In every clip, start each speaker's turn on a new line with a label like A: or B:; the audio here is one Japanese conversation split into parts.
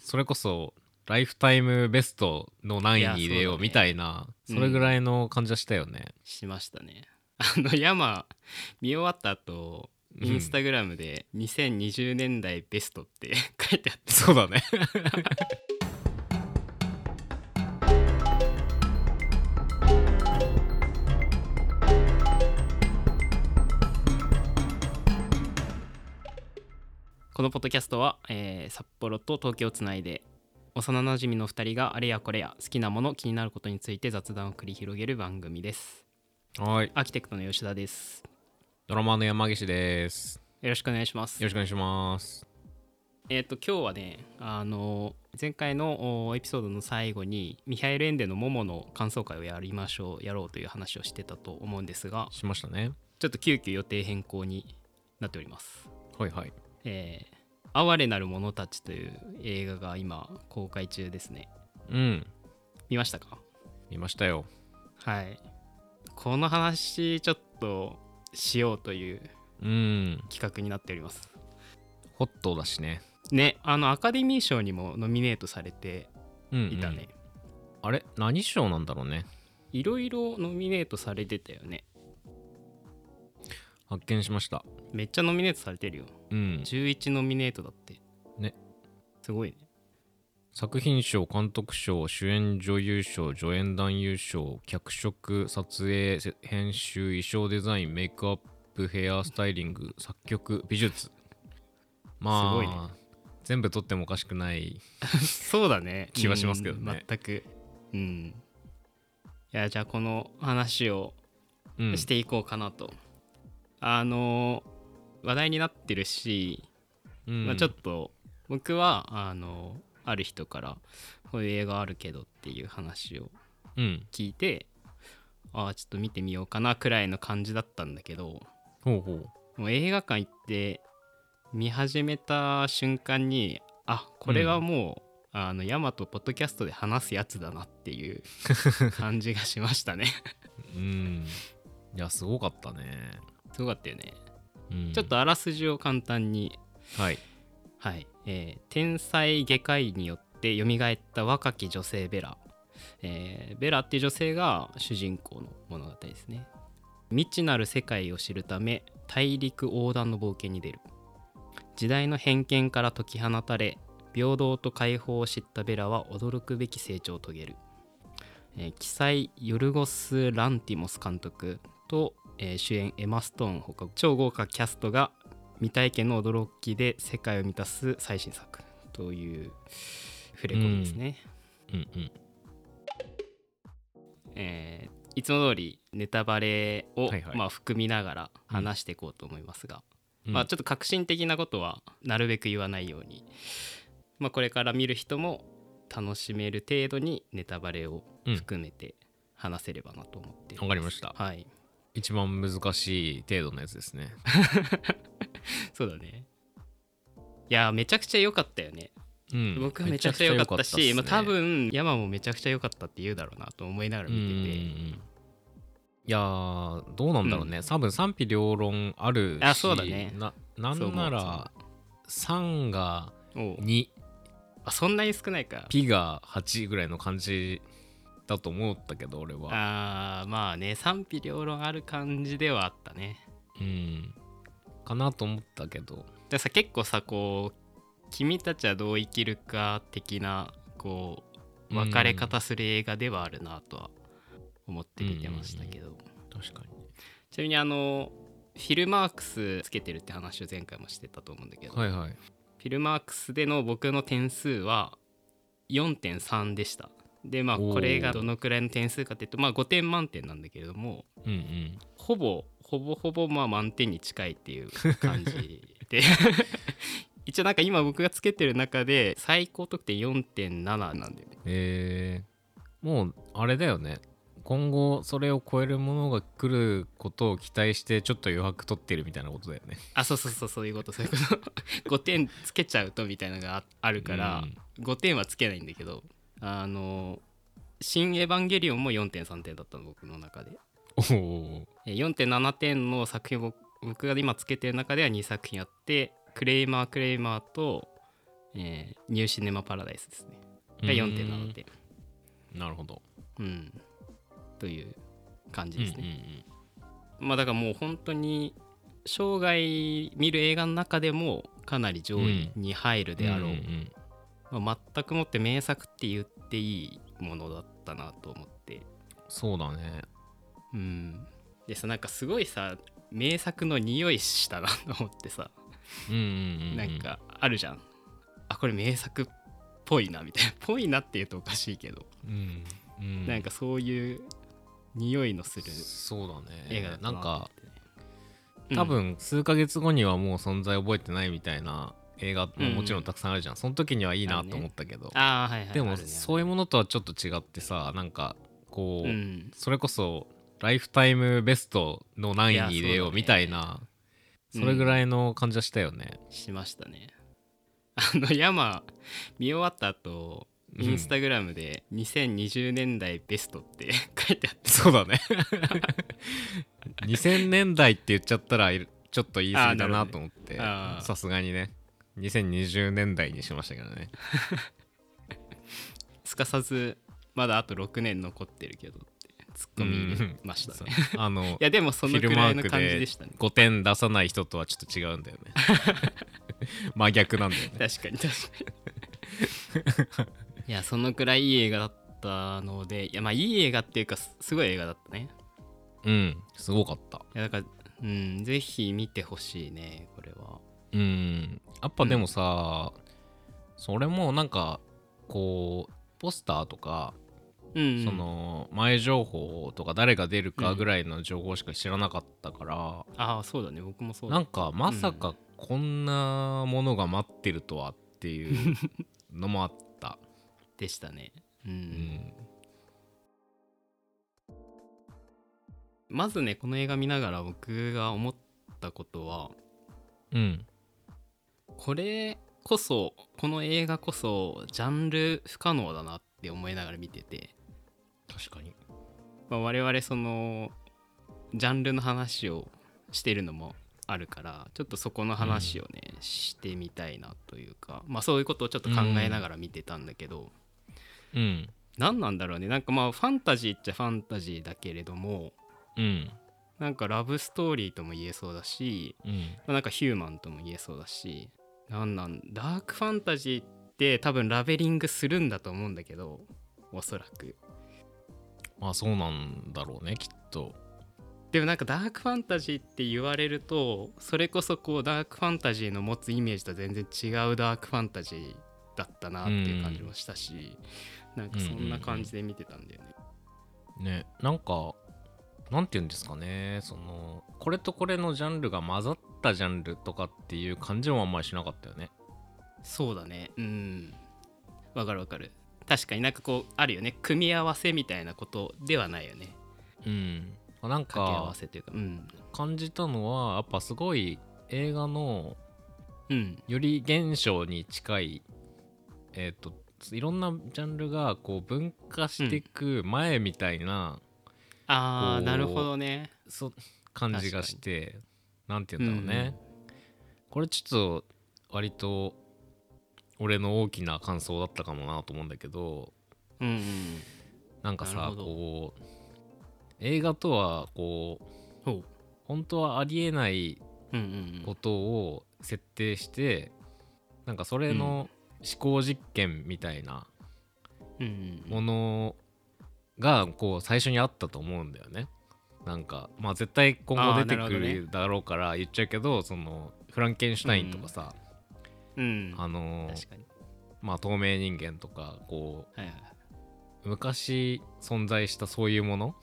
A: それこそライフタイムベストの何位に入れようみたいなそれぐらいの感じはしたよね、
B: しましたね あの山見終わった後
A: うん
B: インスタグラムで2020年代ベストって 書いてあって
A: そうだね
B: このポッドキャストは、えー札幌と東京をつないで幼なじみの2人があれやこれや好きなもの気になることについて雑談を繰り広げる番組です
A: はい
B: アーキテクトの吉田です
A: ドラマーの山岸です
B: よろしくお願いします
A: よろしくお願いします
B: えっ、と今日はねあの前回のおエピソードの最後にミハエル・エンデの「モモ」の感想会をやりましょうやろうという話をしてたと思うんですが
A: しましたね
B: ちょっと急遽予定変更になっております。
A: はいはい
B: えー哀れなる者たちという映画が今公開中ですね。
A: うん
B: 見ましたか
A: 見ましたよ
B: はい。この話ちょっとしようという
A: うん
B: 企画になっております。
A: ホットだしね
B: ね、あのアカデミー賞にもノミネートされて
A: うんうん
B: いたね。
A: あれ何賞なんだろうね
B: いろいろノミネートされてたよね。
A: 発見しました
B: めっちゃノミネートされてるよ。
A: うん
B: 11ノミネートだって。
A: ね。
B: すごいね。
A: 作品賞監督賞主演女優賞助演男優賞脚色撮影せ編集衣装デザインメイクアップヘアスタイリング作曲美術まあ
B: すごいね
A: 全部取ってもおかしくない
B: そうだね
A: 気はしますけどね
B: うん全くうんいやじゃあこの話を
A: うん
B: していこうかなと、あの話題になってるし、
A: うん
B: まあ、ちょっと僕はあのある人からこういう映画あるけどっていう話を
A: うん
B: 聞いてああちょっと見てみようかなくらいの感じだったんだけど
A: ほうほう
B: もう映画館行って見始めた瞬間にあこれはもう、あのヤマトポッドキャストで話すやつだなっていう感じがしましたね
A: うんいやすごかったね、
B: すごかったよね、
A: うん
B: ちょっとあらすじを簡単に
A: はい
B: はい、えー天才外科医によって蘇った若き女性ベラ、えーベラっていう女性が主人公の物語ですね未知なる世界を知るため大陸横断の冒険に出る時代の偏見から解き放たれ平等と解放を知ったベラは驚くべき成長を遂げる、えー、記載ヨルゴス・ランティモス監督と、えー主演エマ・ストーンほか超豪華キャストが未体験の驚きで世界を満たす最新作という触れ込みですね、
A: うんうん
B: えーいつも通りネタバレを、
A: はいはい
B: まあ、含みながら話していこうと思いますが、
A: うん
B: まあ、ちょっと革新的なことはなるべく言わないように、まあ、これから見る人も楽しめる程度にネタバレを含めて話せればなと思って、
A: わかりました
B: はい
A: 一番難しい程度のやつですね
B: そうだねいやーめちゃくちゃ良かったよね
A: うん
B: 僕はめちゃくちゃ良かったし、
A: めちゃ
B: ま
A: くちゃ良かっ
B: あ、
A: すね
B: 多分山もめちゃくちゃ良かったって言うだろうなと思いながら見てて、
A: うんうんうんいやーどうなんだろうね、多分賛否両論あるし
B: あそうだね
A: なな
B: そうん思う
A: なら3が
B: おう
A: 2
B: あそんなに少ないか
A: ピが8ぐらいの感じだと思ったけど俺は
B: あーまあね賛否両論ある感じではあったね
A: うんかなと思ったけど
B: でさ結構さこう君たちはどう生きるか的なこう分かれ方する映画ではあるなとは思って見てましたけど、
A: 確かにね
B: ちなみにあのフィルマークスつけてるって話を前回もしてたと思うんだけど、
A: はいはい
B: フィルマークスでの僕の点数は4.3でしたでまあ
A: おー
B: これがどのくらいの点数かっていうとまあ5点満点なんだけれども
A: うんうん
B: ほぼほぼほぼまあ満点に近いっていう感じで一応なんか今僕がつけてる中で最高得点4.7なんだよね
A: えー、もうあれだよね今後それを超えるものが来ることを期待してちょっと余白取ってるみたいなことだよね
B: あそうそうそうそういうことそういうこと 5点つけちゃうとみたいなのがああるから、5点はつけないんだけどあの「新エヴァンゲリオン」も4.3点だったの僕の中で
A: うん、おお
B: えー4.7点の作品を僕僕が今つけてる中では2作品あって「クレイマークレイマー」と「えーニューシネマパラダイスですね。
A: うん
B: が4.7点。
A: なるほど。
B: うん。という感じですね。
A: うんうん
B: まあだからもう本当に生涯見る映画の中でもかなり上位に入る
A: うん
B: であろう、
A: んん
B: まあ全くもって名作って言っていいものだったなと思って
A: そうだね。
B: うんでさなんかすごいさ名作の匂いしたなと思ってさ
A: うんうんうん。
B: なん。かあるじゃん、あこれ名作っぽいなみたいな ぽいなって言うとおかしいけど、
A: うん。うん、
B: なんかそういう匂いのする
A: そうだね。
B: 映画だった
A: なんか、
B: うん
A: 多分数ヶ月後にはもう存在覚えてないみたいな映画ももちろんたくさんあるじゃん、その時にはいいなと思ったけど、
B: ああはいはい
A: で
B: あ
A: も
B: るね
A: そういうものとはちょっと違ってさなんかこう、
B: うん
A: それこそライフタイムベストの何位に入れよ
B: いやそう
A: う
B: だね
A: みたいなそ,、
B: うん
A: れぐらいの感じはしたよね、
B: しましたね あの山見終わった後
A: うん
B: インスタグラムで2020年代ベストって 書いてあって
A: そうだね2000年代って言っちゃったらいちょっと言い過ぎだなと思って
B: あーなるほどねあー
A: さすがにね2020年代にしましたけどね
B: すかさずまだあと6年残ってるけどってツッコミ入れましたね、い
A: あの
B: やでもそのくらいの感じでしたね
A: 5点出さない人とはちょっと違うんだよ ね真逆なんだよね
B: 確かに確 かにいやそのくらいいい映画だったのでいやまあいい映画っていうかすすごい映画だったね
A: うんすごかった
B: いやだからうんぜひ見てほしいねこれは
A: うんやっぱでもさ、それもなんかこうポスターとか、
B: うん
A: その前情報とか誰が出るかぐらいの情報しか知らなかったから、
B: ああそうだね僕もそうだ
A: なんかまさかこんなものが待ってるとはって いうのもあった、
B: でしたねう
A: うんん、
B: まずねこの映画見ながら僕が思ったことは
A: うん
B: これこそこの映画こそジャンル不可能だなって思いながら見てて、
A: 確かに
B: まあ、我々そのジャンルの話をしてるのもあるからちょっとそこの話をね、してみたいなというかまあそういうことをちょっと考えながら見てたんだけど、
A: うん
B: 何なんだろうねなんかまあファンタジーっちゃファンタジーだけれども
A: うん
B: なんかラブストーリーとも言えそうだし
A: うん
B: まあなんかヒューマンとも言えそうだしなんなんダークファンタジーって多分ラベリングするんだと思うんだけどおそらく
A: まあそうなんだろうねきっと
B: でもなんかダークファンタジーって言われるとそれこそこうダークファンタジーの持つイメージとは全然違うダークファンタジーだったなっていう感じもしたし、なんかそんな感じで見てたんだよね、
A: ねなんかなんて言うんですかねそのこれとこれのジャンルが混ざったジャンルとかっていう感じもあんまりしなかったよね
B: そうだねうんわかるわかる確かになんかこうあるよね組み合わせみたいなことではないよね
A: うんなん
B: 掛け合わ
A: か
B: せというかうん
A: 感じたのはやっぱすごい映画の
B: うん
A: より現象に近いえっ、といろんなジャンルがこう分化していく前みたいな、
B: ああ
A: こう
B: なるほどね
A: そ感じがしてなんて言うんだろうね、これちょっと割と俺の大きな感想だったかもなと思うんだけど
B: うんうん
A: なんか
B: なる
A: さ
B: ほど
A: こう映画とはこう
B: ほ
A: 本当はありえないう
B: うんうんうん
A: ことを設定してなんかそれの思考実験みたいな
B: うんうん
A: ものがこう最初にあったと思うんだよね。なんかまあ絶対今後出て
B: あーな
A: く
B: るほど
A: るだろうから言っちゃうけどそのフランケンシュタインとかさ、
B: うん
A: あのー
B: 確かに
A: まあ透明人間とかこ
B: はいはいはいう
A: 昔存在したそういうもの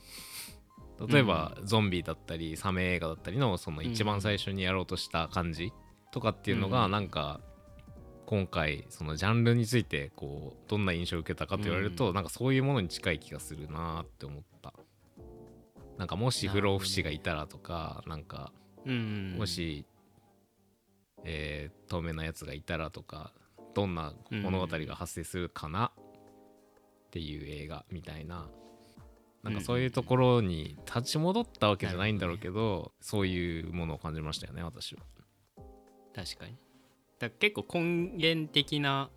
A: 例えばゾンビだったりサメ映画だったりのその一番最初にやろうとした感じとかっていうの
B: う
A: が
B: ん
A: なんか今回そのジャンルについてこうどんな印象を受けたかと言われる
B: う
A: となんかそういうものに近い気がするなーって思ったなんかもし不老不死がいたらとかなんか
B: うんうんうん
A: もし、えー透明なやつがいたらとかどんな物語が発生するかなっていう映画みたいななんかそういうところに立ち戻ったわけじゃないんだろうけどそういうものを感じましたよね私は。
B: 確かにだから結構根源的な、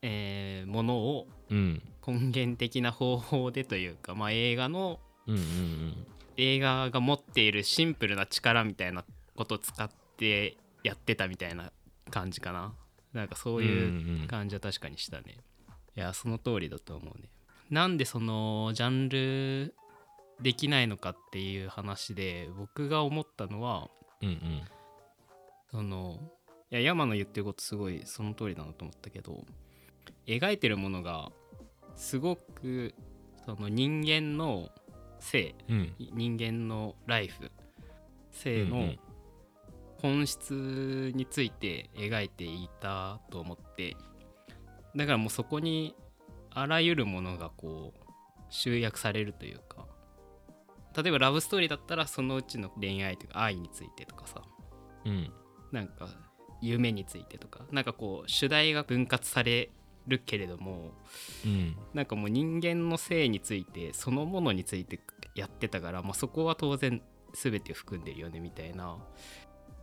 B: えーものを
A: うん
B: 根源的な方法でというか、まあ、映画の
A: うんうんうん
B: 映画が持っているシンプルな力みたいなことを使ってやってたみたいな感じかななんかそう
A: うん
B: いう
A: うんう
B: うん感じは確かにしたね、いやその通りだと思うねなんでそのジャンルできないのかっていう話で僕が思ったのは
A: うんうん
B: そのいや山の言ってることすごいその通りだなと思ったけど描いてるものがすごくその人間の性
A: うん
B: 人間のライフ性
A: うんう
B: の
A: ん
B: 本質について描いていたと思ってだからもうそこにあらゆるものがこう集約されるというか例えばラブストーリーだったらそのうちの恋愛というか愛についてとかさ
A: うん
B: なんか夢についてとかなんかこう主題が分割されるけれども
A: うん
B: なんかもう人間の性についてそのものについてやってたから、まあ、そこは当然全て含んでるよねみたいな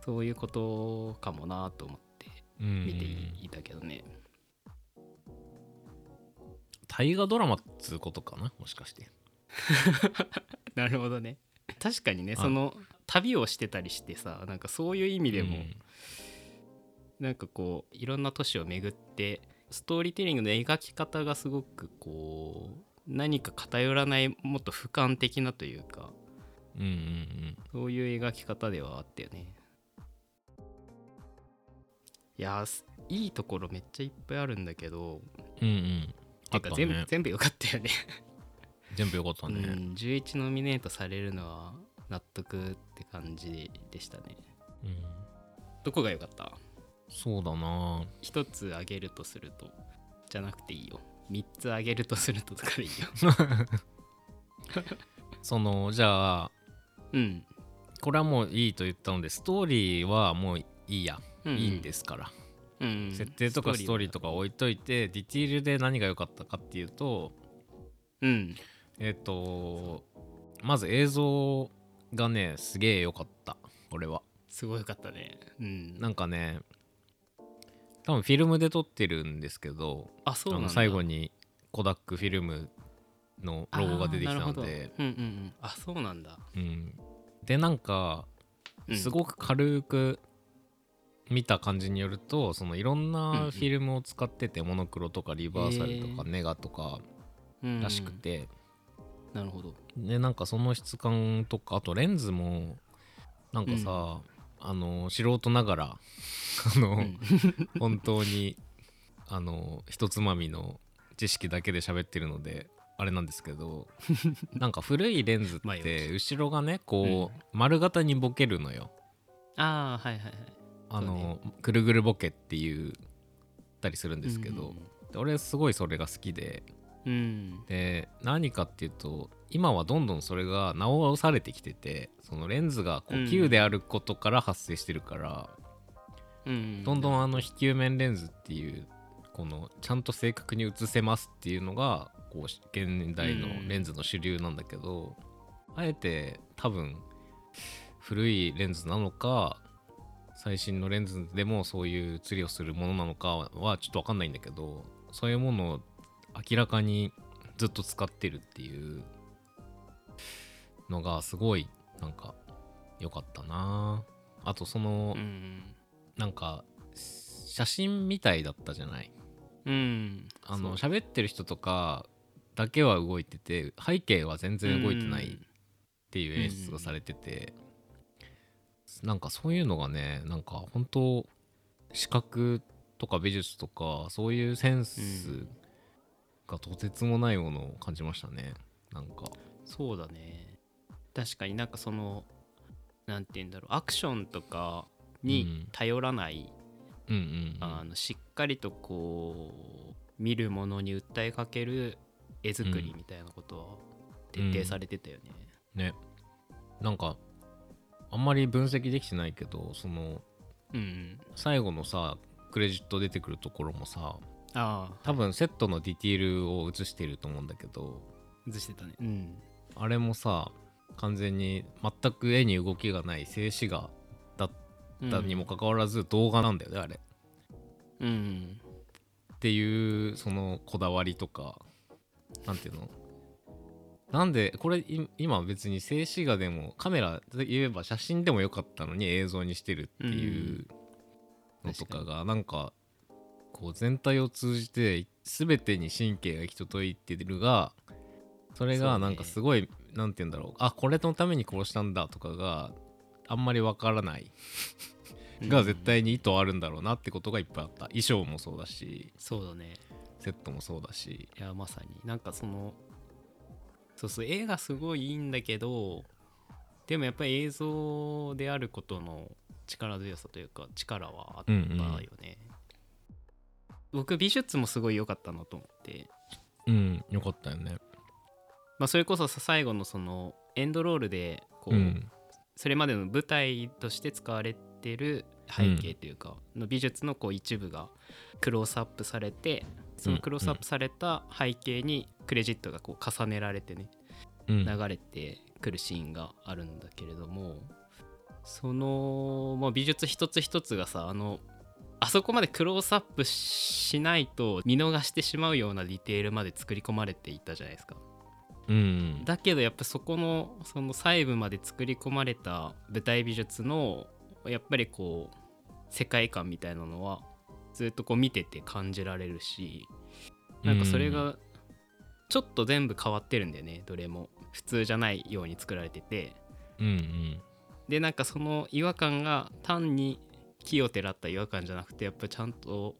B: そういうことかもなと思って
A: うん
B: 見ていたけどね、
A: 大河ドラマっつうことかなもしかして
B: なるほどね確かにね
A: あ
B: その旅をしてたりしてさなんかそういう意味でも、
A: うん
B: なんかこういろんな都市を巡ってストーリーテリングの描き方がすごくこう何か偏らないもっと俯瞰的なというか
A: うんうん
B: そういう描き方ではあったよね。いやーすいいところめっちゃいっぱいあるんだけど、
A: うんうんうんあ
B: て
A: っ
B: か
A: た
B: 全部
A: ね
B: 全部良かったよね
A: 全部よかった
B: う
A: ね
B: ん。11ノミネートされるのは納得って感じでしたね。
A: うん
B: どこが良かった
A: そうだな
B: 一つあげるとすると、じゃなくていいよ。三つあげるとするととかで いいよ。
A: そのじゃあ
B: うん。
A: これはもういいと言ったのでストーリーはもういいや、
B: うん
A: いいんですから、
B: うんうん。
A: 設定とかストーリーと
B: か。
A: か置いといてディティールで何が良かったかっていうと
B: うん。
A: えっ、とまず映像がねすげえ良かった俺は
B: すごい良かったね。うん。
A: なんかね多分フィルムで撮ってるんですけど
B: あ、そうな
A: あ
B: んだ
A: の最後にコダックフィルムのロゴが出てきた
B: あーなる
A: の
B: ほど
A: で、
B: うんうんうん、あそうなんだ、
A: うん、でなんか
B: うん
A: すごく軽く見た感じによるとそのいろん
B: うんう
A: なんフィルムを使ってて、モノクロとかリバーサルとかネガとからしくて、
B: うんなるほど
A: でなんかその質感とかあとレンズもなんかさ、あの素人ながら あの、
B: うん
A: 本当にあのひとつまみの知識だけで喋ってるのであれなんですけ どなんか古いレンズっ
B: まあよ
A: て後ろがねこう、丸型にボケるのよ。
B: ああはいはいはい
A: あ
B: そう
A: の
B: ね
A: ぐるぐるボケっていうたりするんですけ
B: うん
A: ど、で俺すごいそれが好きで
B: うんうん
A: で何かっていうと今はどんどんそれが直されてきててそのレンズがこう
B: うん
A: 球であることから発生してるから、
B: うん
A: どんどんあの非球面レンズっていうこのちゃんと正確に映せますっていうのがこう現代のレンズの主流なんだけど、あえて多分古いレンズなのか最新のレンズでもそういう釣りをするものなのかはちょっと分かんないんだけどそういうものを明らかにずっと使ってるっていうのがすごいなんか良かったなあとその、
B: うん
A: なんか写真みたいだったじゃない
B: うん
A: あの
B: そう
A: 喋ってる人とかだけは動いてて背景は全然動いてな
B: う
A: いっ
B: ん
A: ていう演出がされてて、なんかそういうのがねなんか本当視覚とか美術とかそういうセン
B: う
A: ス
B: ん
A: がとてつもないものを感じましたねなんか
B: そうだね確かになんかそのなんて言うんだろうアクションとか
A: うん
B: に頼らない、
A: うんうんうん
B: あのしっかりとこう見るものに訴えかける絵作りみたいなことは徹底されてたよね、
A: ねなんかあんまり分析できてないけどその
B: うん
A: 最後のさクレジット出てくるところもさ
B: ああ
A: 多分セットのディティールを映してると思うんだけど
B: 映してたねうん
A: あれもさ完全に全く絵に動きがない静止画だったにもかかわらず動画なんだよねあれ
B: うん
A: っていうそのこだわりとかなんていうのなんでこれい今別に静止画でもカメラで言えば写真でもよかったのに映像にしてるっていううのとかがなんかこう全体を通じて全てに神経が行き届いてるがそれ
B: そう
A: が
B: ね
A: なんかすごいなんて言うんだろうあこれのために殺したんだとかがあんまりわからないが絶対に意図あるんだろうなってことがいっぱいあった衣装もそうだし
B: そうだね
A: セットもそうだし
B: いやまさになんかそのそうそう絵がすごいいいんだけどでもやっぱり映像であることの力強さというか力はあったよね、
A: うん
B: 僕美術もすごい良かったなと思って、
A: うん、よかったよね。
B: まあ、それこそさ最後のそのエンドロールでこう、
A: うん、
B: それまでの舞台として使われてる背景というか、の美術のこう一部がクロースアップされてそのクロースアップされた背景にクレジットがこう重ねられてね
A: うん、
B: 流れてくるシーンがあるんだけれどもその、まあ、美術一つ一つがさあのあそこまでクロースアップしないと見逃してしまうようなディテールまで作り込まれていたじゃないですか。
A: うん、
B: だけどやっぱそこのその細部まで作り込まれた舞台美術のやっぱりこう世界観みたいなのはずっとこう見てて感じられるしなんかそれがちょっと全部変わってるんだよねどれも普通じゃないように作られてて
A: うん、うん、
B: でなんかその違和感が単に木をてらった違和感じゃなくてやっぱちゃんと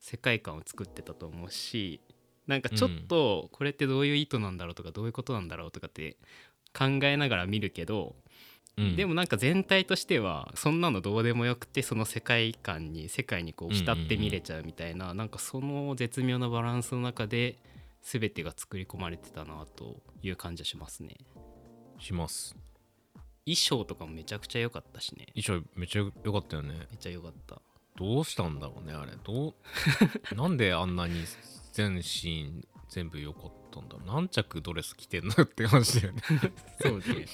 B: 世界観を作ってたと思うしなんかちょっとこれってどういう意図なんだろうとかどういうことなんだろうとかって考えながら見るけど、
A: うん、
B: でもなんか全体としてはそんなのどうでもよくてその世界観に世界にこう浸って見れちゃうみたいな、なんかその絶妙なバランスの中で全てが作り込まれてたなという感じはしますね
A: します。
B: 衣装とかもめちゃくちゃ良かったしね
A: 衣装めっちゃ良かったよね。
B: めっちゃ良かった
A: どうしたんだろうねあれ。ど うなんであんなに全シーン全部良かったんだろう。何着ドレス着てんのよって話だよね。
B: そうね。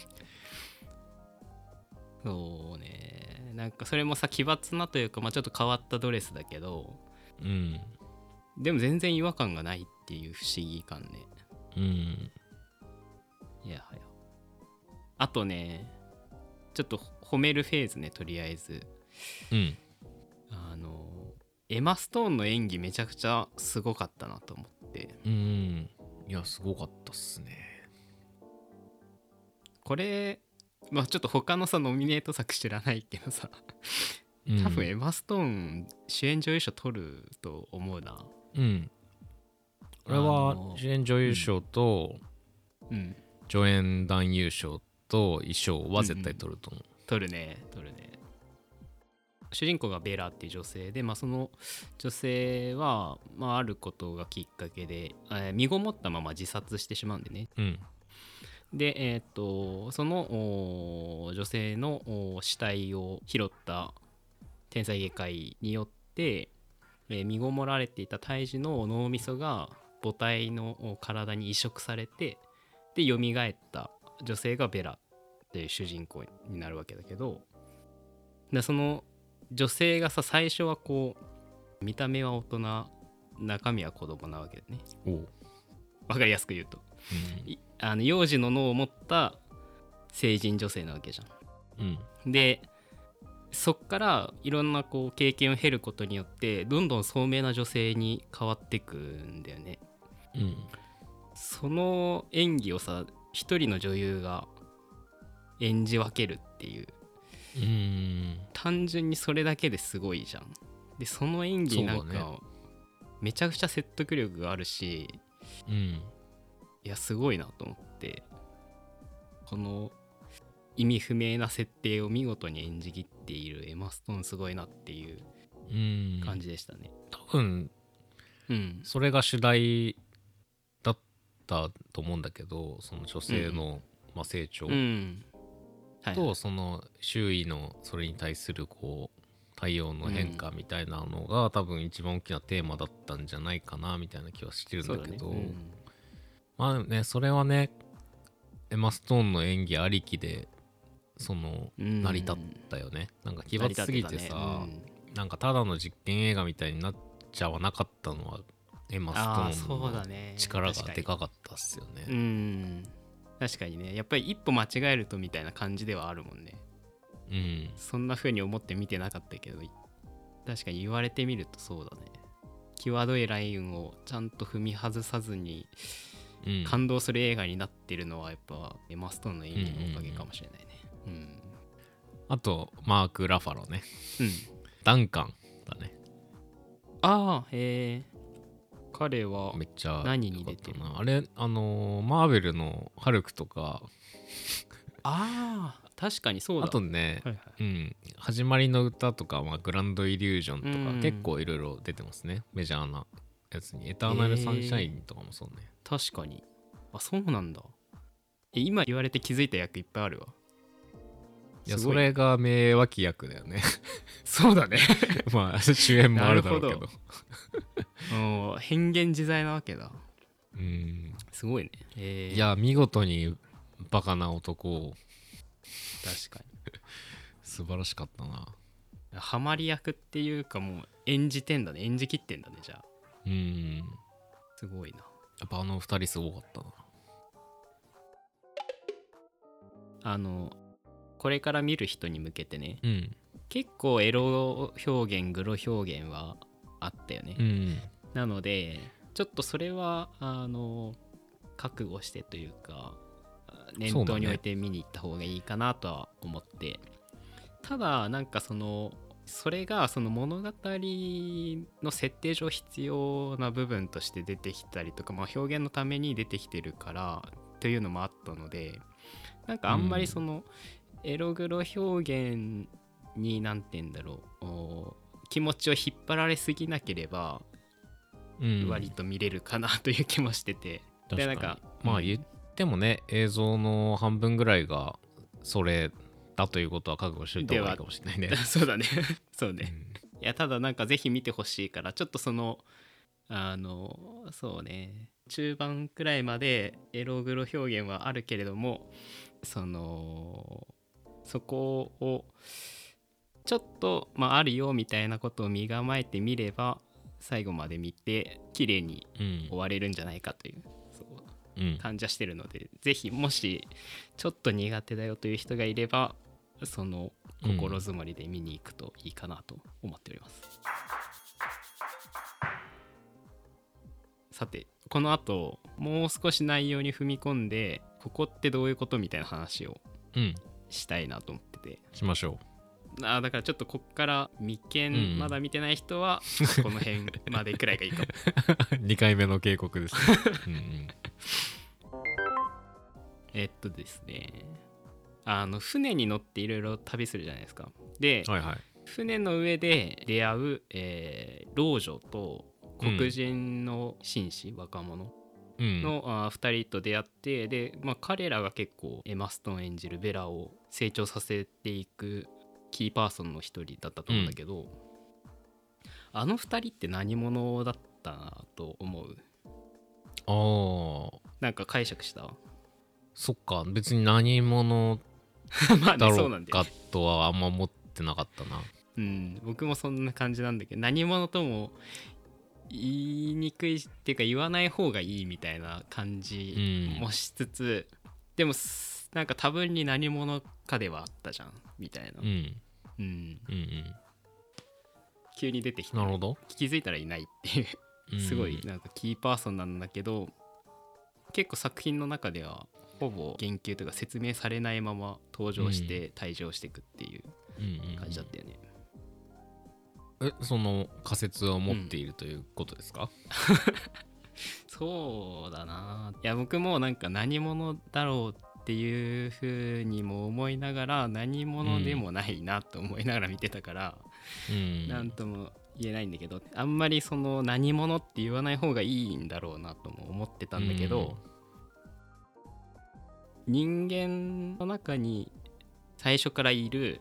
B: そうね。なんかそれもさ奇抜なというか、まあ、ちょっと変わったドレスだけど
A: うん、
B: でも全然違和感がないっていう不思議感ね。
A: うん、
B: いやはや。あとねちょっと褒めるフェーズねとりあえず。
A: うん、
B: あのエマ・ストーンの演技めちゃくちゃすごかったなと思って
A: うん。いやすごかったっすね。
B: これまあちょっと他のさノミネート作知らないけどさ
A: うん
B: 多分エマ・ストーン主演女優賞取ると思うな。
A: うん。これ
B: あ
A: は
B: の
A: 主演女優賞と
B: うん
A: 助演男優賞と衣装は絶対取ると思う。
B: 取るね取るね主人公がベラっていう女性で、まあ、その女性は、まあ、あることがきっかけで、えー身ごもったまま自殺してしまうんでね
A: うん、
B: で、えーっとそのおー女性のおー死体を拾った天才外科医によって、えー身ごもられていた胎児の脳みそが母体のお体に移植されてで蘇った女性がベラっていう主人公になるわけだけどでその女性がさ最初はこう見た目は大人中身は子供なわけだね
A: おう
B: わかりやすく言うと
A: うん
B: いあの幼児の脳を持った成人女性なわけじゃ
A: うん
B: ん。でそっからいろんなこう経験を経ることによってどんどん聡明な女性に変わってくんだよね。
A: うん
B: その演技をさ一人の女優が演じ分けるっていう
A: うん
B: 単純にそれだけですごいじゃん。でその演技なん
A: そうだ
B: かめちゃくちゃ説得力があるし
A: うん
B: いやすごいなと思ってこの意味不明な設定を見事に演じきっているエマ・ストーンすごいなっていう
A: うん
B: 感じでしたね。
A: 多分
B: うん、
A: それが主題だったと思うんだけどその女性の、まあ、成長
B: うんはい
A: と、その周囲のそれに対するこう対応の変化みたいなのが、多分一番大きなテーマだったんじゃないかなみたいな気はしてるん
B: そ
A: だ
B: うだ
A: け
B: ね
A: ど
B: うん
A: まあねそれはねエマ・ストーンの演技ありきでその
B: うん
A: 成り立ったよね、なんか奇
B: 成り
A: 抜
B: 立っ
A: す
B: て
A: ぎ
B: たね
A: てさなんかただの実験映画みたいになっちゃはなかったのはエマ・
B: ああ
A: スト
B: そ
A: ー
B: うだ
A: ンの
B: ね
A: 力
B: 確
A: が
B: かに
A: でかかったっすよ
B: う
A: ね。
B: ん確かにねやっぱり一歩間違えるとみたいな感じではあるもんね
A: うん。
B: そんな風に思って見てなかったけどい確かに言われてみるとそうだね際どいラインをちゃんと踏み外さずに
A: うん。
B: 感動する映画になってるのはやっぱエマ・ストーンの演技のおかげかもしれないねうん
A: あと、マーク・ラファロね。
B: うん
A: ダンカンだね。
B: ああへえ彼は
A: めっちゃ
B: 何に出てる
A: よかったなあれ、あのーマーベルのハルクとか、
B: ああ確かにそうだ
A: あとね、
B: はいはい
A: うん、始まりの歌とか、まあ、グランドイリュージョンとか、
B: うん
A: 結構いろいろ出てますね。メジャーなやつに。エターナル・サンシャインとかもそうね。
B: 確かにあそうなんだえ今言われて気づいた役いっぱい あるわ
A: いや、
B: す
A: そ
B: ご
A: れが名脇役だよね。
B: そうだね
A: まあ、主演もあるだろうけど。
B: なるほもう変幻自在なわけだ
A: うん。
B: すごいねえー
A: いや、見事にバカな男を
B: 確か
A: 素晴らしかったな。
B: にハマり役っていうかもう演じてんだね演じきってんだねじゃあ
A: うん。や
B: すごいな
A: っぱあの二人すごかったな。
B: あのこれから見る人に向けてね
A: うん。
B: 結構エロ表現グロ表現はあったよね、
A: うん。
B: なのでちょっとそれはあの覚悟してというか念頭に置いて見に行った方がいいかなとは思って、ただなんかそのそれがその物語の設定上必要な部分として出てきたりとか、まあ、表現のために出てきてるからというのもあったのでなんかあんまりそのエログロ表現に何て言うんだろうお気持ちを引っ張られすぎなければ
A: うん。
B: 割と見れるかなという気もしてて、
A: 確
B: で
A: か
B: な
A: に
B: んか
A: ま
B: う
A: あ
B: ん。
A: 言ってもね、映像の半分ぐらいがそれだということは覚悟しておいた方がいいかもしれないね
B: そうだねそう
A: う
B: ね、
A: ん
B: いやただなんかぜひ見てほしいからちょっとそのあのそうね中盤くらいまでエログロ表現はあるけれどもそのそこをちょっと、まあ、あるよみたいなことを身構えてみれば最後まで見て綺麗に
A: うん
B: 終われるんじゃないかというそう
A: うん
B: 患者してるのでぜひもしちょっと苦手だよという人がいればその心づもりで見に行くといいかなと思っております、さてこの後もう少し内容に踏み込んでここってどういうことみたいな話を
A: うん
B: したいなと思ってて
A: しましょ
B: あーだからちょっとこっから未
A: うんう
B: 見
A: ん
B: まだ見てない人はこの辺までくらいが いいかも
A: う2回目の警告 です、ねうんうん
B: えっとですねあの船に乗っていろいろ旅するじゃないですかで、
A: はいはい
B: 船の上で出会う、えー老女と黒人の紳士、若者
A: うん
B: の、あー2人と出会ってで、まあ、彼らが結構エマ・ストーン演じるベラを成長させていくキーパーソンの一人だったと思うんだけど、あの2人って何者だったなと思う
A: あー
B: なんか解釈した
A: そっか別に何者
B: まあ
A: だ
B: ねそ
A: ろ
B: うなん
A: う
B: だよ
A: かとはあんま思ってなかったな
B: うん、僕もそんな感じなんだけど何者とも言いにくいっていうか言わない方がいいみたいな感
A: う
B: じ
A: ん
B: もしつつ、でもすなんか多分に何者かではあったじゃんみたいな、
A: うんうん
B: うん
A: うん
B: 急に出てきて
A: なるほど、
B: 気づいたらいないっていう
A: うん
B: すごいなんかキーパーソンなんだけど結構作品の中ではほぼ言及というか説明されないまま登場して退場していくっていう
A: うんうん
B: 感じだったよね、
A: えその仮説を持っているということですか、
B: そうだないや僕もなんか何者だろうっていうふうにも思いながら何者でもないなと思いながら見てたから、
A: うん
B: なんとも言えないんだけどあんまりその何者って言わない方がいいんだろうなとも思ってたんだけど、人間の中に最初からいる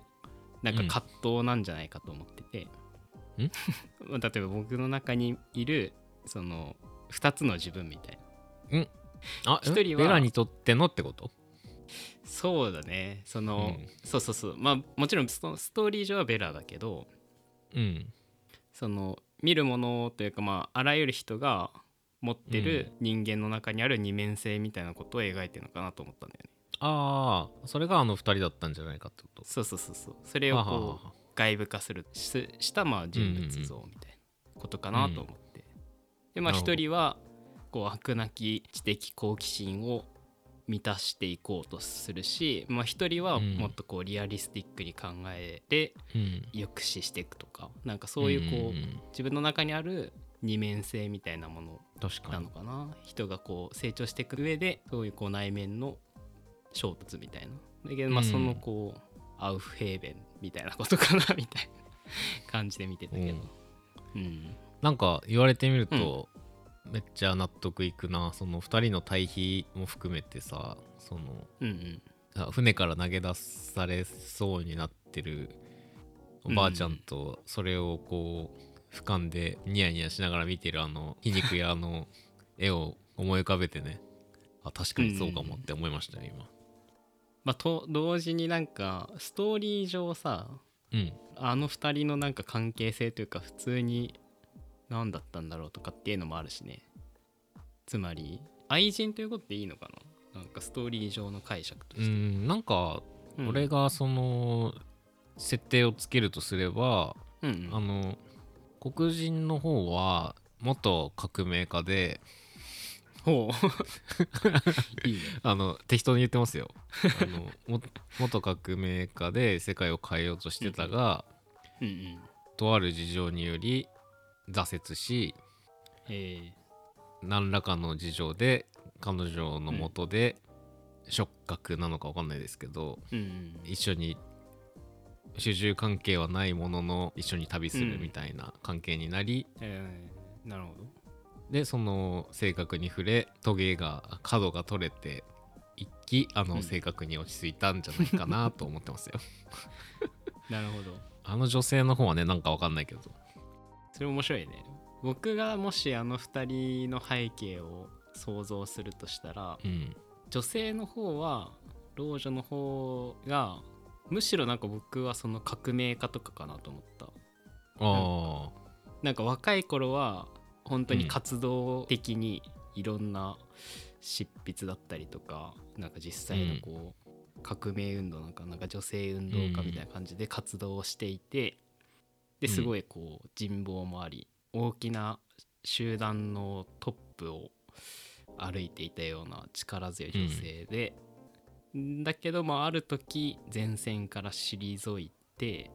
B: なんか葛藤なんじゃないかと思ってて、
A: うん
B: 例えば僕の中にいるその2つの自分みたいな。
A: あ
B: 一
A: 一
B: 人
A: 人
B: は
A: はベラにとってのってこと
B: そうだねその、
A: うん
B: そうそうそうまあもちろんストストーリー上はベラだけど
A: うん
B: その見るものというか、まあ、あらゆる人が持ってる人間の中にある二面性みたいなことを描いてるのかなと思ったんだよね。
A: ああそれがあの2人だったんじゃないかってこと
B: そうそうそうそうそれを
A: ははは
B: こう外部化するししたまあ人物像みたいなことかなと思って、でまあ
A: なるほど
B: 一人はこう飽くなき知的好奇心を満たしていこうとするし、まあ、一人は
A: うん
B: もっとこうリアリスティックに考えて
A: うん
B: 抑止していくとかなんかそういうこう、
A: ん
B: 自分の中にある二面性みたいなもの
A: 確か
B: な
A: に
B: のかな、人がこう成長していく上でそういうこう内面の衝突みたいなだけどまあ
A: うん
B: そのこう、アウフヘーベンみたいなことかなみたいな感じで見てたけどうん
A: なんか言われてみると、めっちゃ納得いくなその2人の対比も含めてさその
B: うんうん
A: あ船から投げ出されそうになってるおばあちゃんとそれをこう俯瞰でニヤニヤしながら見てるあの皮肉やあの絵を思い浮かべてねあ確かにそうかもって思いましたね今
B: まあと同時になんかストーリー上さ
A: うん
B: あの二人のなんか関係性というか普通に何だったんだろうとかっていうのもあるしねつまり愛人ということでいいのかななんかストーリー上の解釈と
A: う
B: して、
A: んなんか俺
B: が、
A: がその設定をつけるとすれば
B: うんうん
A: あの黒人の方は元革命家で
B: ほう いいね
A: あの適当に言ってますよあのも元革命家で世界を変えようとしてたが、
B: うんうん
A: とある事情により挫折し
B: え
A: 何らかの事情で彼女のもとで、触覚なのか分かんないですけど
B: ー、うんうん
A: 一緒に主従関係はないものの一緒に旅す
B: う
A: る
B: ん
A: みたいな関係になり、
B: えー、なるほど
A: でその性格に触れトゲが角が取れて一気あ
B: う
A: の
B: ん
A: 性格に落ち着いたんじゃないかなと思ってますよ。
B: なるほど
A: あの女性の方はねなんかわかんないけど
B: それ面白いね僕がもしあの二人の背景を想像するとしたら
A: うん
B: 女性の方は老女の方がむしろなんか僕はその革命家とかかなと思った
A: あ
B: なんか若い頃は本当に活動的にいろんな執筆だったりとか、なんか実際のこう、革命運動なんかなんか女性運動家みたいな感じで活動をしていて、
A: う
B: で
A: ん
B: すごいこう人望もあり大きな集団のトップを歩いていたような力強い女性で、だけどまあある時前線から退いて、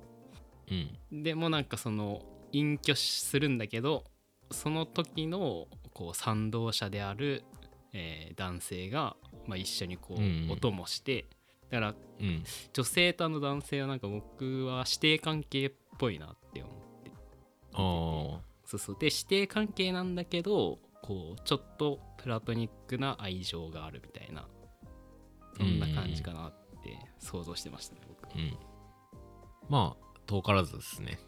A: ーうん
B: でもなんかその隠居するんだけどその時のこう賛同者である、えー男性が、まあ、一緒にこう、
A: うん
B: お供してだから
A: うん
B: 女性とあの男性はなんか僕は師弟関係っぽいなって思って
A: あー
B: そうそうで師弟関係なんだけどこうちょっとプラトニックな愛情があるみたいなそんな感じかなって想像してましたね僕
A: うんまあ遠からずですね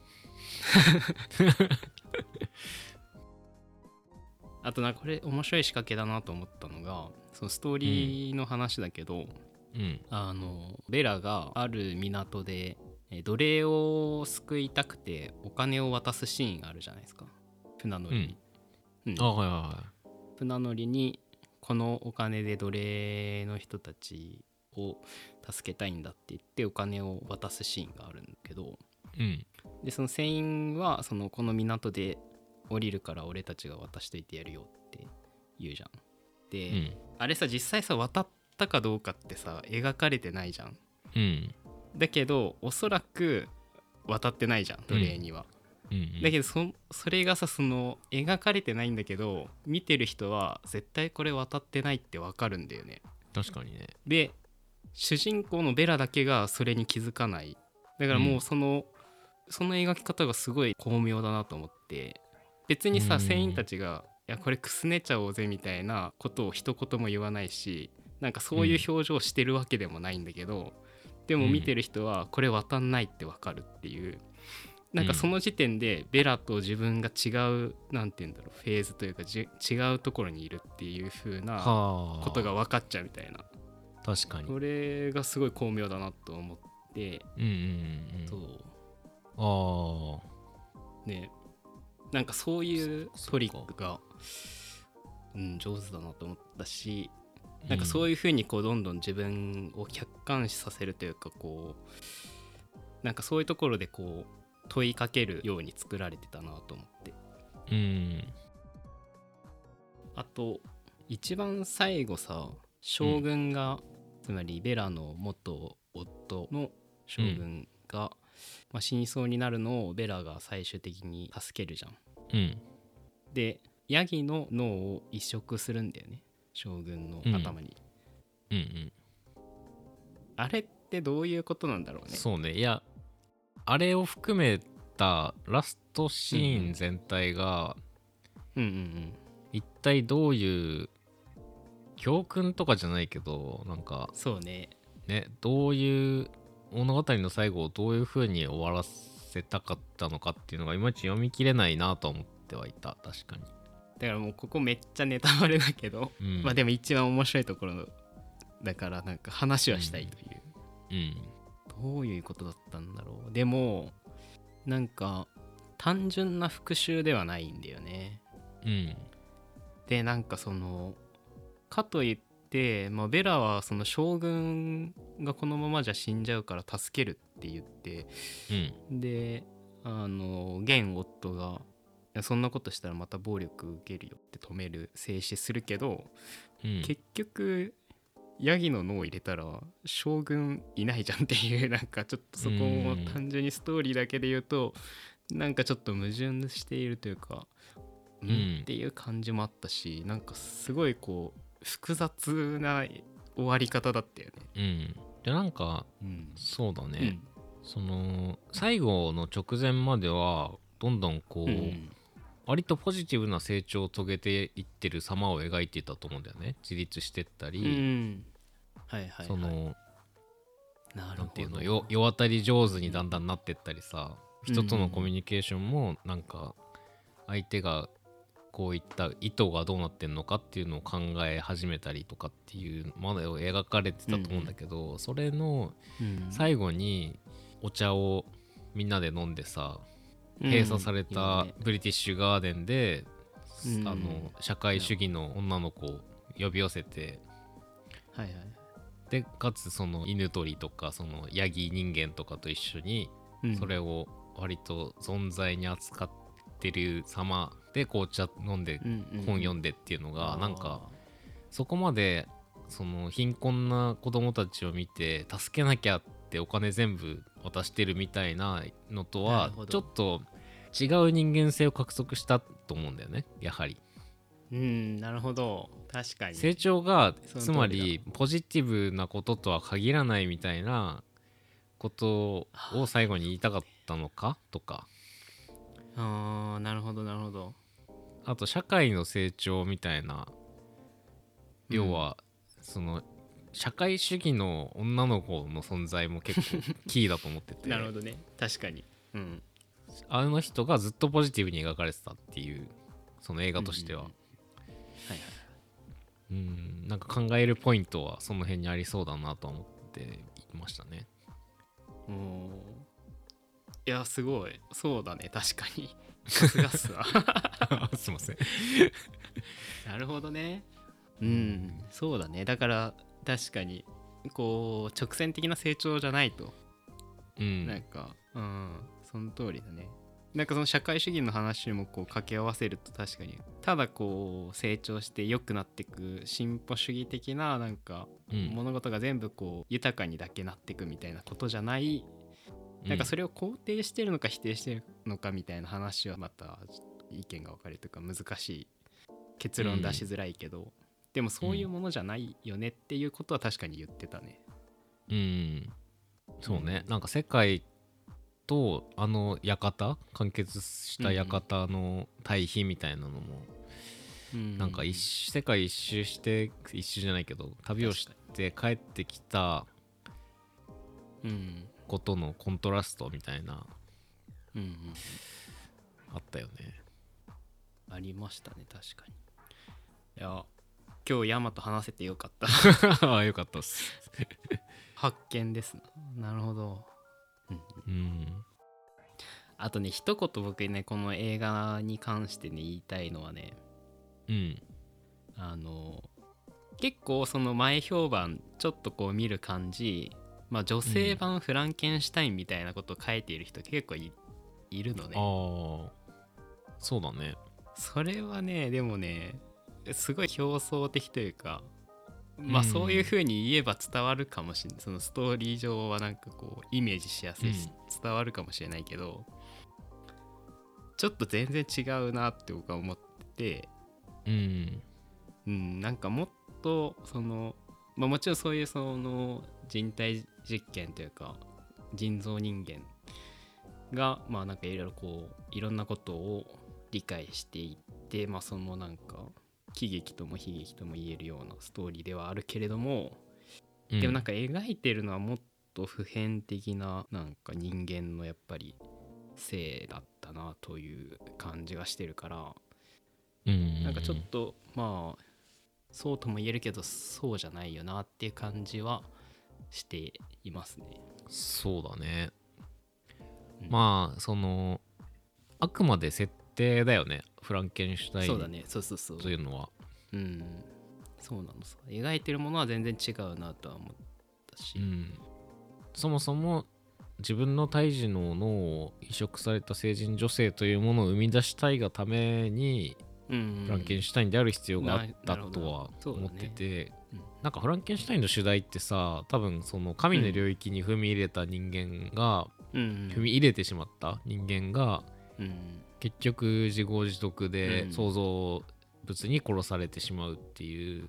B: あとなんかこれ面白い仕掛けだなと思ったのがそのストーリーの話だけど、
A: うん
B: あのベラがある港でえー奴隷を救いたくてお金を渡すシーンがあるじゃないですか船乗りに、うん
A: あーはいはいは
B: 船乗りにこのお金で奴隷の人たちを助けたいんだって言ってお金を渡すシーンがあるんだけど、
A: いうん
B: でその船員はそのこの港で降りるから俺たちが渡しといてやるよって言うじゃん。で、
A: うん
B: あれさ実際さ渡ったかどうかってさ描かれてないじゃん。
A: うん
B: だけどおそらく渡ってないじゃん奴隷には。
A: うん
B: だけどそそれがさその描かれてないんだけど見てる人は絶対これ渡ってないってわかるんだよね。
A: 確かにね
B: で主人公のベラだけがそれに気づかないだからもうその、その描き方がすごい巧妙だなと思って別に
A: う
B: さ
A: ん
B: 船員たちが「いやこれくすねちゃおうぜ」みたいなことを一言も言わないしなんかそういう表情をしてるわけでもないんだけど、でも見てる人はこれ渡んないってわかるっていうなんかその時点でベラと自分が違うなんて言うんだろうフェーズというかじゅ違うところにいるっていう風な
A: はあ
B: ことが分かっちゃうみたいな
A: 確かに
B: これがすごい巧妙だなと思って、
A: うんうんうんうん
B: そう
A: ああ
B: ねなんかそういう
A: そっか
B: トリックが、うん、上手だなと思ったし
A: うん
B: なんかそういうふうにこうどんどん自分を客観視させるというかこうなんかそういうところでこう問いかけるように作られてたなと思って
A: うん
B: あと一番最後さ将軍が、つまりベラの元夫の将軍が、まあ、死にそうになるのをベラが最終的に助けるじゃん。
A: うん
B: でヤギの脳を移植するんだよね将軍の頭に。
A: うんうん
B: あれってどういうことなんだろうね。
A: そうねいやあれを含めたラストシーン全体が
B: うんうん
A: 一体どういう教訓とかじゃないけどなんか
B: うん。そうね。
A: ねどういう物語の最後をどういう風に終わらせたかったのかっていうのがいまいち読み切れないなと思ってはいた確かに、
B: だからもうここめっちゃネタバレだけど、
A: うん、
B: まあでも一番面白いところだからなんか話はしたいという。
A: うん
B: どういうことだったんだろうでもなんか単純な復讐ではないんだよね
A: うん
B: でなんかそのかといって、まあ、ベラはその将軍がこのままじゃ死んじゃうから助けるって言って
A: うん
B: であの現夫が「いやそんなことしたらまた暴力受けるよ」って止める制止するけど、
A: うん
B: 結局ヤギの脳を入れたら将軍いないじゃんっていう なんかちょっとそこも
A: うん
B: 単純にストーリーだけで言うとなんかちょっと矛盾しているというか、うん
A: うん
B: っていう感じもあったしなんかすごいこう複雑な終わり方だったよね。
A: うんでなんか
B: うん
A: そうだね、
B: うん
A: その最後の直前まではどんどんこう、
B: うん
A: 割とポジティブな成長を遂げていってる様を描いていたと思うんだよね自立してった
B: う
A: り、
B: んはいはい、はい、
A: その
B: な
A: な
B: るほ
A: んていうの
B: ど
A: よ世渡り上手にだんだんなってったりさ、
B: うん
A: 人とのコミュニケーションもなんか相手がこういった意図がどうなってんのかっていうのを考え始めたりとかっていうまだを描かれてたと思うんだけど、それの
B: うん
A: 最後にお茶をみんなで飲んでさ、閉鎖され
B: うんい
A: た
B: いね
A: ブリティッシュガーデンで、
B: うん
A: あの社会主義の女の子を呼び寄せて
B: はいはい
A: でかつその犬鳥とかそのヤギ人間とかと一緒に
B: うん
A: それを割と存在に扱ってる様で紅茶飲んで
B: うんうん
A: 本読んでっていうのが
B: あー
A: なんかそこまでその貧困な子供たちを見て助けなきゃってお金全部渡してるみたいなのと
B: な
A: は
B: るほど
A: ちょっと違う人間性を獲得したと思うんだよねやはり
B: うんなるほど確かに
A: 成長が
B: その通りだ
A: つまりポジティブなこととは限らないみたいなことを最後に言いたかったのかとか
B: ああなるほどなるほど
A: あと社会の成長みたいな
B: うん
A: 要はその社会主義の女の子の存在も結 構キーだと思ってて
B: なるほどね確かにうん
A: あの人がずっとポジティブに描かれてたっていうその映画として
B: うん
A: は
B: うんはい
A: うんなんか考えるポイントはその辺にありそうだなとは思っていました ね
B: はいもういやすごいそうだね確かにさすがっ すわ
A: すいません
B: なるほどねうんそうだねだから確かにこう直線的な成長じゃないと、
A: うん
B: なんかうんその通りだねなんかその社会主義の話もこう掛け合わせると確かにただこう成長して良くなっていく進歩主義的ななんか
A: うん
B: 物事が全部こう豊かにだけなっていくみたいなことじゃない、なんかそ
A: れ
B: れを肯定してるのか否定してるのかみたいな話はまたちょっと意見が分かれるというか難しい結論出しづらいけど、でもそういうものじゃないよねっていうことは確かに言ってたね。
A: うんそうねなんか世界とあの館完結した館の対比みたいなのも、なんか一周世界一周して一周じゃないけど旅をして帰ってきた
B: うん
A: ことのコントラストみたいな
B: うんうん
A: あったよね
B: ありましたね確かに。いや今日ヤマと話せてよかった
A: あよかったっす
B: 発見ですな。なるほど。
A: うん
B: あとね一言僕ねこの映画に関してね言いたいのはね
A: うん
B: あの結構その前評判ちょっとこう見る感じ、まあ、女性版フランケンシュタインみたいなことを書いている人結構いいるのね。
A: ああそうだね
B: それはねでもねすごい表層的というかまあ
A: うん
B: そういう風に言えば伝わるかもしれない、そのストーリー上はなんかこうイメージしやすいし、伝わるかもしれないけどちょっと全然違うなって僕は思ってて、
A: うん
B: うん、なんかもっとその、まあ、もちろんそういうその人体実験というか人造人間がまあなんかいろいろこういろんなことを理解していって、まあ、そのなんか喜劇とも悲劇とも言えるようなストーリーではあるけれども、
A: うん
B: でもなんか描いてるのはもっと普遍的ななんか人間のやっぱり性だったなという感じがしてるから。
A: うん
B: なんかちょっとまあそうとも言えるけどそうじゃないよなっていう感じはしていますね。
A: そうだね、
B: うん
A: まあそのあくまで設定だよねフランケンシュタイ
B: そうだ
A: ン
B: ねそうそうそう。
A: というのは
B: うん、そうなのさ描いてるものは全然違うなとは思ったし。
A: うんそもそも自分の胎児の脳を移植された成人女性というものを生み出したいがために
B: うん
A: フランケンシュタインである必要があっ
B: な
A: た
B: なるほ
A: と
B: ど
A: は
B: そうだね
A: 思ってて
B: うん
A: なんかフランケンシュタインの主題ってさ多分その神の領域に踏み入れた人間が
B: うん
A: 踏み入れてしまった人間が
B: うん
A: 結局自業自得
B: う
A: で
B: ん
A: 創造物に殺されてしまうっていう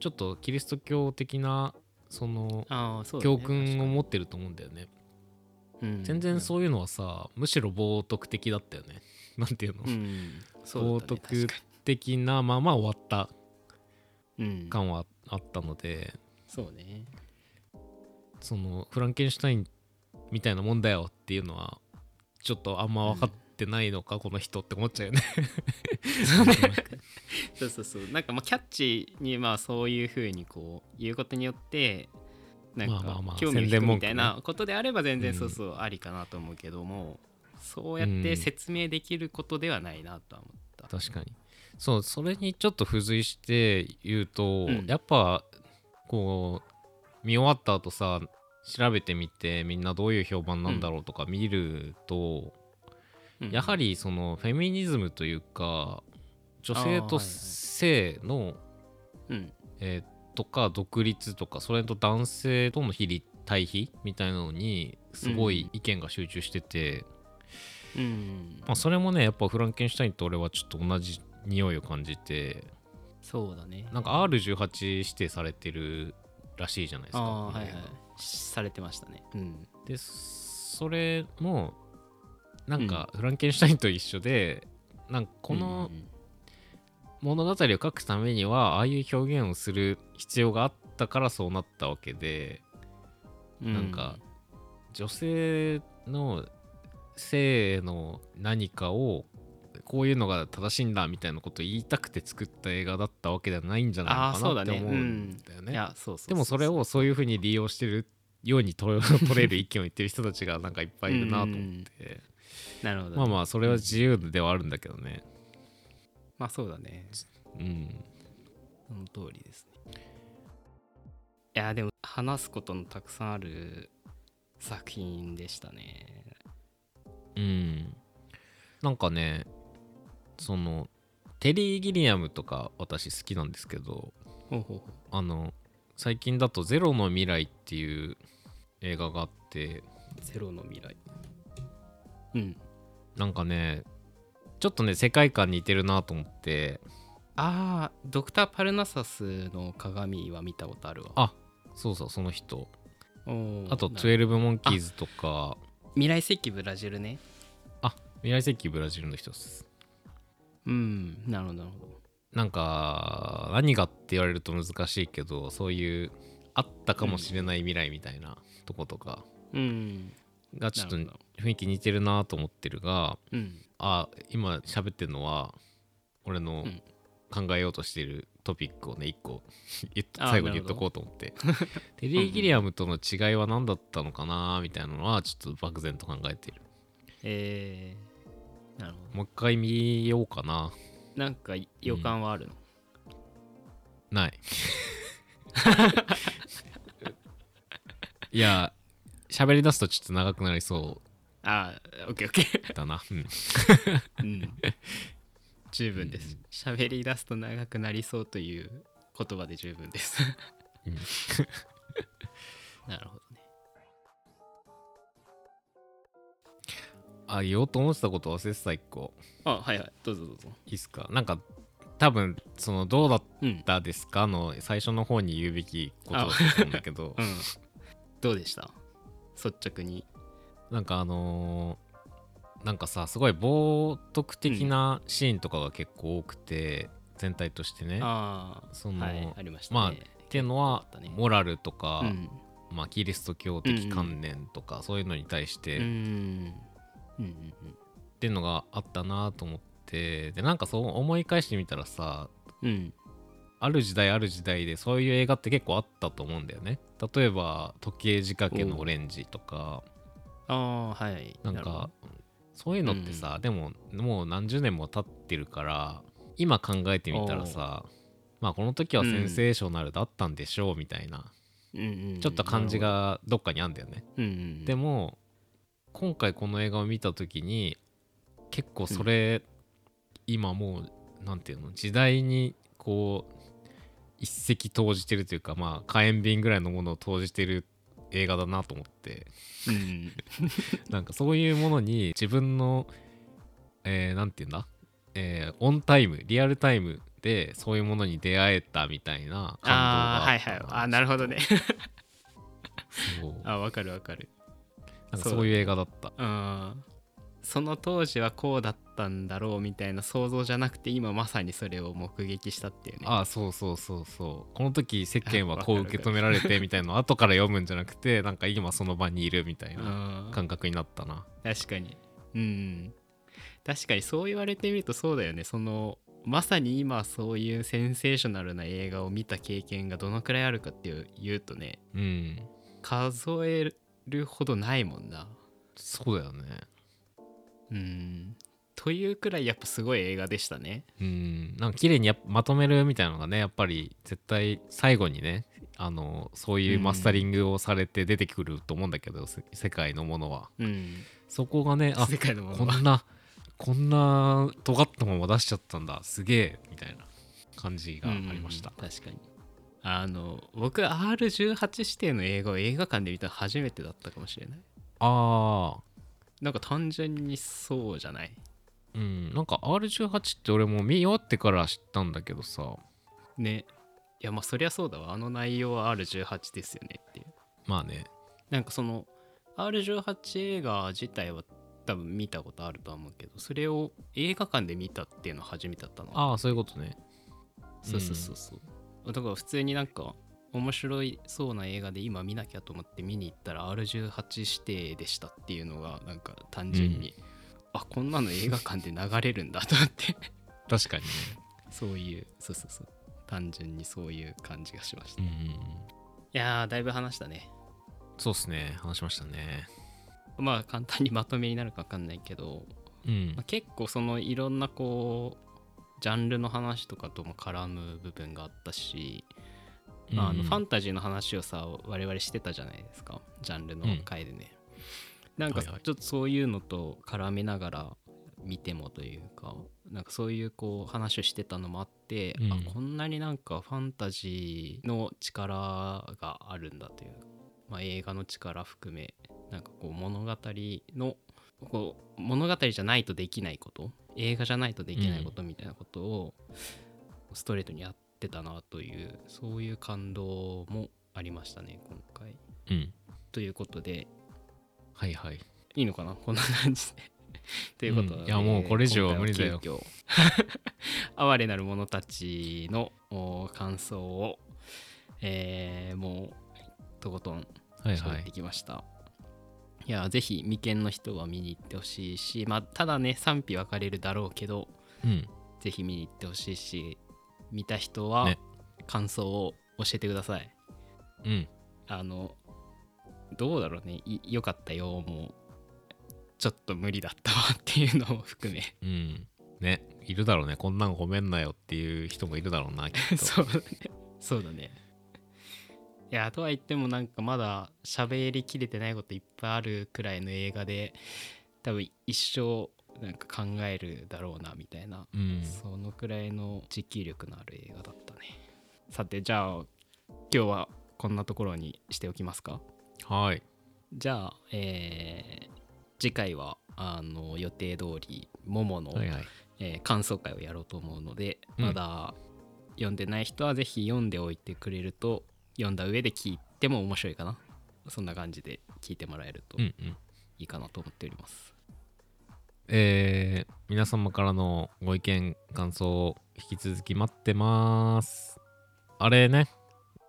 A: ちょっとキリスト教的なその
B: ああそうだね
A: 教訓を持ってると思うんだよね。
B: 確かにうん
A: 全然そういうのはさむしろ冒涜的だったよね なんていうの、
B: うんそう
A: 冒
B: だね
A: 涜
B: 確か
A: 的なまま終わった
B: にうん
A: 感はあったので、
B: そうね
A: そのフランケンシュタインみたいなもんだよっていうのはちょっとあんま分かってないのか、この人って思っちゃうよね
B: そうそうそうなんかまあキャッチにまあそういうふうにこう言うことによってなん
A: まあまあま
B: か
A: あ
B: 興味
A: 宣
B: を引
A: 伝
B: く
A: 文句
B: みた
A: ね
B: いなことであれば全
A: う
B: 然
A: ん
B: そうそうありかなと思うけども、そうやっ
A: うん
B: て説明できることではないなとは思った、
A: 確かにそうそれにちょっと付随して言うと、
B: うん
A: やっぱこう見終わった後さ調べてみてみんなどういう評判なんだろうとか見ると、
B: うん
A: やはりそのフェミニズムというか女
B: あーはい
A: 性
B: は
A: と
B: い
A: 性の、
B: うん
A: えーとか独立とかそれと男性との比率対比みたいなのにすごい意見が集中してて、
B: うん
A: まあ、それもねやっぱフランケンシュタインと俺はちょっと同じ匂いを感じて
B: そうだね
A: なんか R18 指定されてるらしいじゃないですか。
B: ああーはい
A: こ
B: は
A: の映
B: いしされてましたねうん
A: 画でそれもなんかフランケンシュタインと一緒でなんかこの
B: うん
A: 物語を書くためにはああいう表現をする必要があったからそうなったわけで
B: うん
A: なんか女性の性の何かをこういうのが正しいんだみたいなことを言いたくて作った映画だったわけではないんじゃな
B: ああ
A: い
B: そ
A: か
B: う
A: な
B: だ
A: って
B: ね
A: 思うんだよ
B: うんい
A: ね。
B: やそうそうう
A: でもそれをそういうふうに利用してるように取れ 取れる意見を言ってる人たちがなんかいっぱいいるなと思って
B: なるほど、
A: まあ
B: まあ、
A: まあそれは自由ではあるんだけどね。
B: そうだね
A: うん、
B: その通りですね。いやでも話すことのたくさんある作品でしたね。
A: うん、なんかねそのテリー・ギリアムとか私好きなんですけど
B: ほうほうほ
A: あの最近だと「ゼロの未来」っていう映画があって
B: う。ゼロの未来。うん。
A: なんかねちょっとね世界観似てるなと思って
B: ああ、ドクター・パルナサスの鏡は見たことあるわ。
A: あそうそうその人
B: おー
A: あと「
B: なる
A: 12モンキーズ」とか
B: 未来世紀ブラジルね。
A: あ未来世紀ブラジルの人です
B: うん。なるほど、なるほど。
A: なんか何がって言われると難しいけどそういうあったかもしれない未来みたいなとことか
B: うん。
A: がちょっと
B: なるほ
A: 雰囲気似てるなと思ってるが
B: うん。
A: あ今喋ってるのは俺の
B: うん
A: 考えようとしてるトピックをね一個 言っ
B: あー
A: 最後に言っとこうと思ってテリー・ギリアムとの違いは何だったのかなみたいなのはちょっと漠然と考えてる
B: えー、なるほ
A: もう一回見ようかな。
B: どなんか予感はあるの、
A: ない。 いや、喋り出すとちょっと長くなりそ
B: ああオッケーオッケー
A: うだな。うん、
B: うん、十分です喋り出すと長くなりそうという言葉で十分です
A: うん
B: なるほどね
A: あ、言おうと思ってたこと忘れてた一個。
B: あはいはいどうぞどうぞ
A: いいっすかなんか、多分、その、どうだっ
B: うん、
A: たですかの最初の方に言うべきことだったんだけど
B: う、ん、どうでした率直に
A: なんかあのーなんかさ、すごい冒涜的なシーンとかが結構多くて、全体としてね。
B: あ
A: そ
B: あ
A: の、
B: はいありました
A: まあ、っ
B: ね、
A: ていうのは
B: あったね、
A: モラルとか、
B: うん
A: まあ、キリスト教的観念とか、そういうのに対して、
B: うんう
A: っ
B: んうん
A: ていうのがあったなと思ってでなんかそう思い返してみたらさ
B: うんうん
A: ある時代ある時代でそういう映画って結構あったと思うんだよね例えば時計仕掛けのオレンジとか
B: ああはい
A: なん
B: るほど
A: かそういうのってさ、でももう何十年も経ってるから今考えてみたらさまあこの時はセンセーショナルだったんでしょうみたいな、
B: うんうんうん
A: ちょっと感じがどっかにあんだよね
B: なるほどうんうん
A: でも今回この映画を見た時に結構それ、今もうなんていうの時代にこう一石投じてるというかまあ火炎瓶ぐらいのものを投じてる映画だなと思って
B: うんうん
A: なんかそういうものに自分の、えーなんていうんだ、えーオンタイムリアルタイムでそういうものに出会えたみたいな感動が
B: ああーはいはいあーなるほどね
A: そう
B: あーわかるわかる
A: なんかそういう映画だった
B: うんその当時はこうだったんだろうみたいな想像じゃなくて今まさにそれを目撃したっていうね
A: ああそうそうそうそうこの時世間 はこう受け止められてみたいなの後から読むんじゃなくてなんか今その場にいるみたいな
B: うん
A: 感覚になったな
B: 確かにうん確かにそう言われてみるとそうだよねそのまさに今そういうセンセーショナルな映画を見た経験がどのくらいあるかっていう言うとね
A: うん
B: 数えるほどないもんな
A: そうだよね
B: うんというくらいやっぱすごい映画でしたね
A: うんなんか綺麗にやっぱまとめるみたいなのがねやっぱり絶対最後にねあのそういうマスタリングをされて出てくると思うんだけど、せ世界のものは
B: うん
A: そこがねあ
B: 世界のもの
A: こ
B: は
A: んなこんな尖ったまま出しちゃったんだすげえみたいな感じがありました、
B: うん確かにあの僕 R18 指定の映画を映画館で見たの初めてだったかもしれない
A: ああ
B: なんか単純にそうじゃない
A: うん、なんか R18 って俺も見終わってから知ったんだけどさ
B: ねいやまあそりゃそうだわあの内容は R18 ですよねっていう
A: まあね
B: なんかその R18 映画自体は多分見たことあるとは思うけどそれを映画館で見たっていうのは初めてだったの
A: ああそういうことね
B: そうそうそうそう、だから普通になんか面白いそうな映画で今見なきゃと思って見に行ったら R18 指定でしたっていうのがなんか単純に、あこんなの映画館で流れるんだと思って
A: 確かにね
B: そういうそうそうそう単純にそういう感じがしました、
A: う
B: い
A: んうんうん
B: やーだいぶ話したね
A: そうっすね話しましたね
B: まあ簡単にまとめになるか分かんないけど、
A: うん
B: まあ、結構そのいろんなこうジャンルの話とかとも絡む部分があったし、まあ、あ
A: うんう
B: の
A: ん
B: ファンタジーの話をさ我々してたじゃないですかジャンルの回でね、なんか
A: はい
B: ちょ
A: は
B: っ
A: い
B: とそういうのと絡めながら見てもというかなんかそういうこう話をしてたのもあって、
A: うん
B: あこんなになんかファンタジーの力があるんだという、まあ、映画の力含めなんかこう物語のこう物語じゃないとできないこと映画じゃないとできないことみたいなことをストレートにやってたなというそういう感動もありましたね今回。
A: うん
B: ということで
A: はいはい
B: いいのかなこんな感じで。 ということで、
A: うんいやもうこれ以上は無理だよ
B: 今回は急遽 哀れなる者たちのお感想を、えーもうとことん
A: はいは
B: 喋って
A: い
B: きました。い、やぜひ未見の人は見に行ってほしいし、まあ、ただね賛否分かれるだろうけど
A: うん
B: ぜひ見に行ってほしいし見た人は
A: ね
B: 感想を教えてください。
A: うん
B: あのどうだろうねい良かったよもちょっと無理だったわっていうのを含め
A: うん。ね、いるだろうね。こんなんごめんなよっていう人もいるだろうな、き っと。
B: そうだねそうだねいやとは言ってもなんかまだ喋りきれてないこといっぱいあるくらいの映画で多分一生なんか考えるだろうなみたいな、
A: うん。
B: そのくらいの持久力のある映画だったねさてじゃあ今日はこんなところにしておきますか
A: はい。
B: じゃあ、えー次回はあの予定通り「ももの、
A: はいはい。
B: えー感想会をやろうと思うので、
A: うん
B: まだ読んでない人はぜひ読んでおいてくれると読んだ上で聞いても面白いかなそんな感じで聞いてもらえると
A: うん
B: い
A: うん。
B: いかなと思っております、
A: えー、皆様からのご意見、感想を引き続き待ってます。あれね、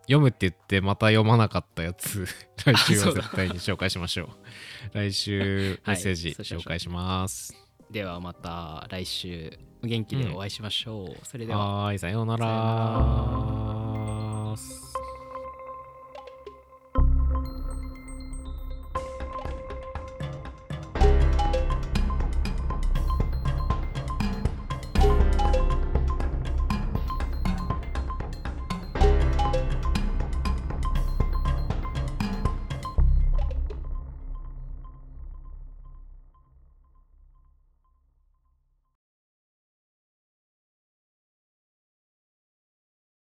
A: 読むって言ってまた読まなかったやつ、 来週
B: あそ
A: は
B: うだ
A: 絶対に紹介しましょう。来週、メ
B: は
A: ッ
B: い
A: セージ
B: そうしましょう
A: 紹介します。
B: ではまた来週お元気でお会いしましょう、それでは
A: はーい、さような
B: さよう
A: ら。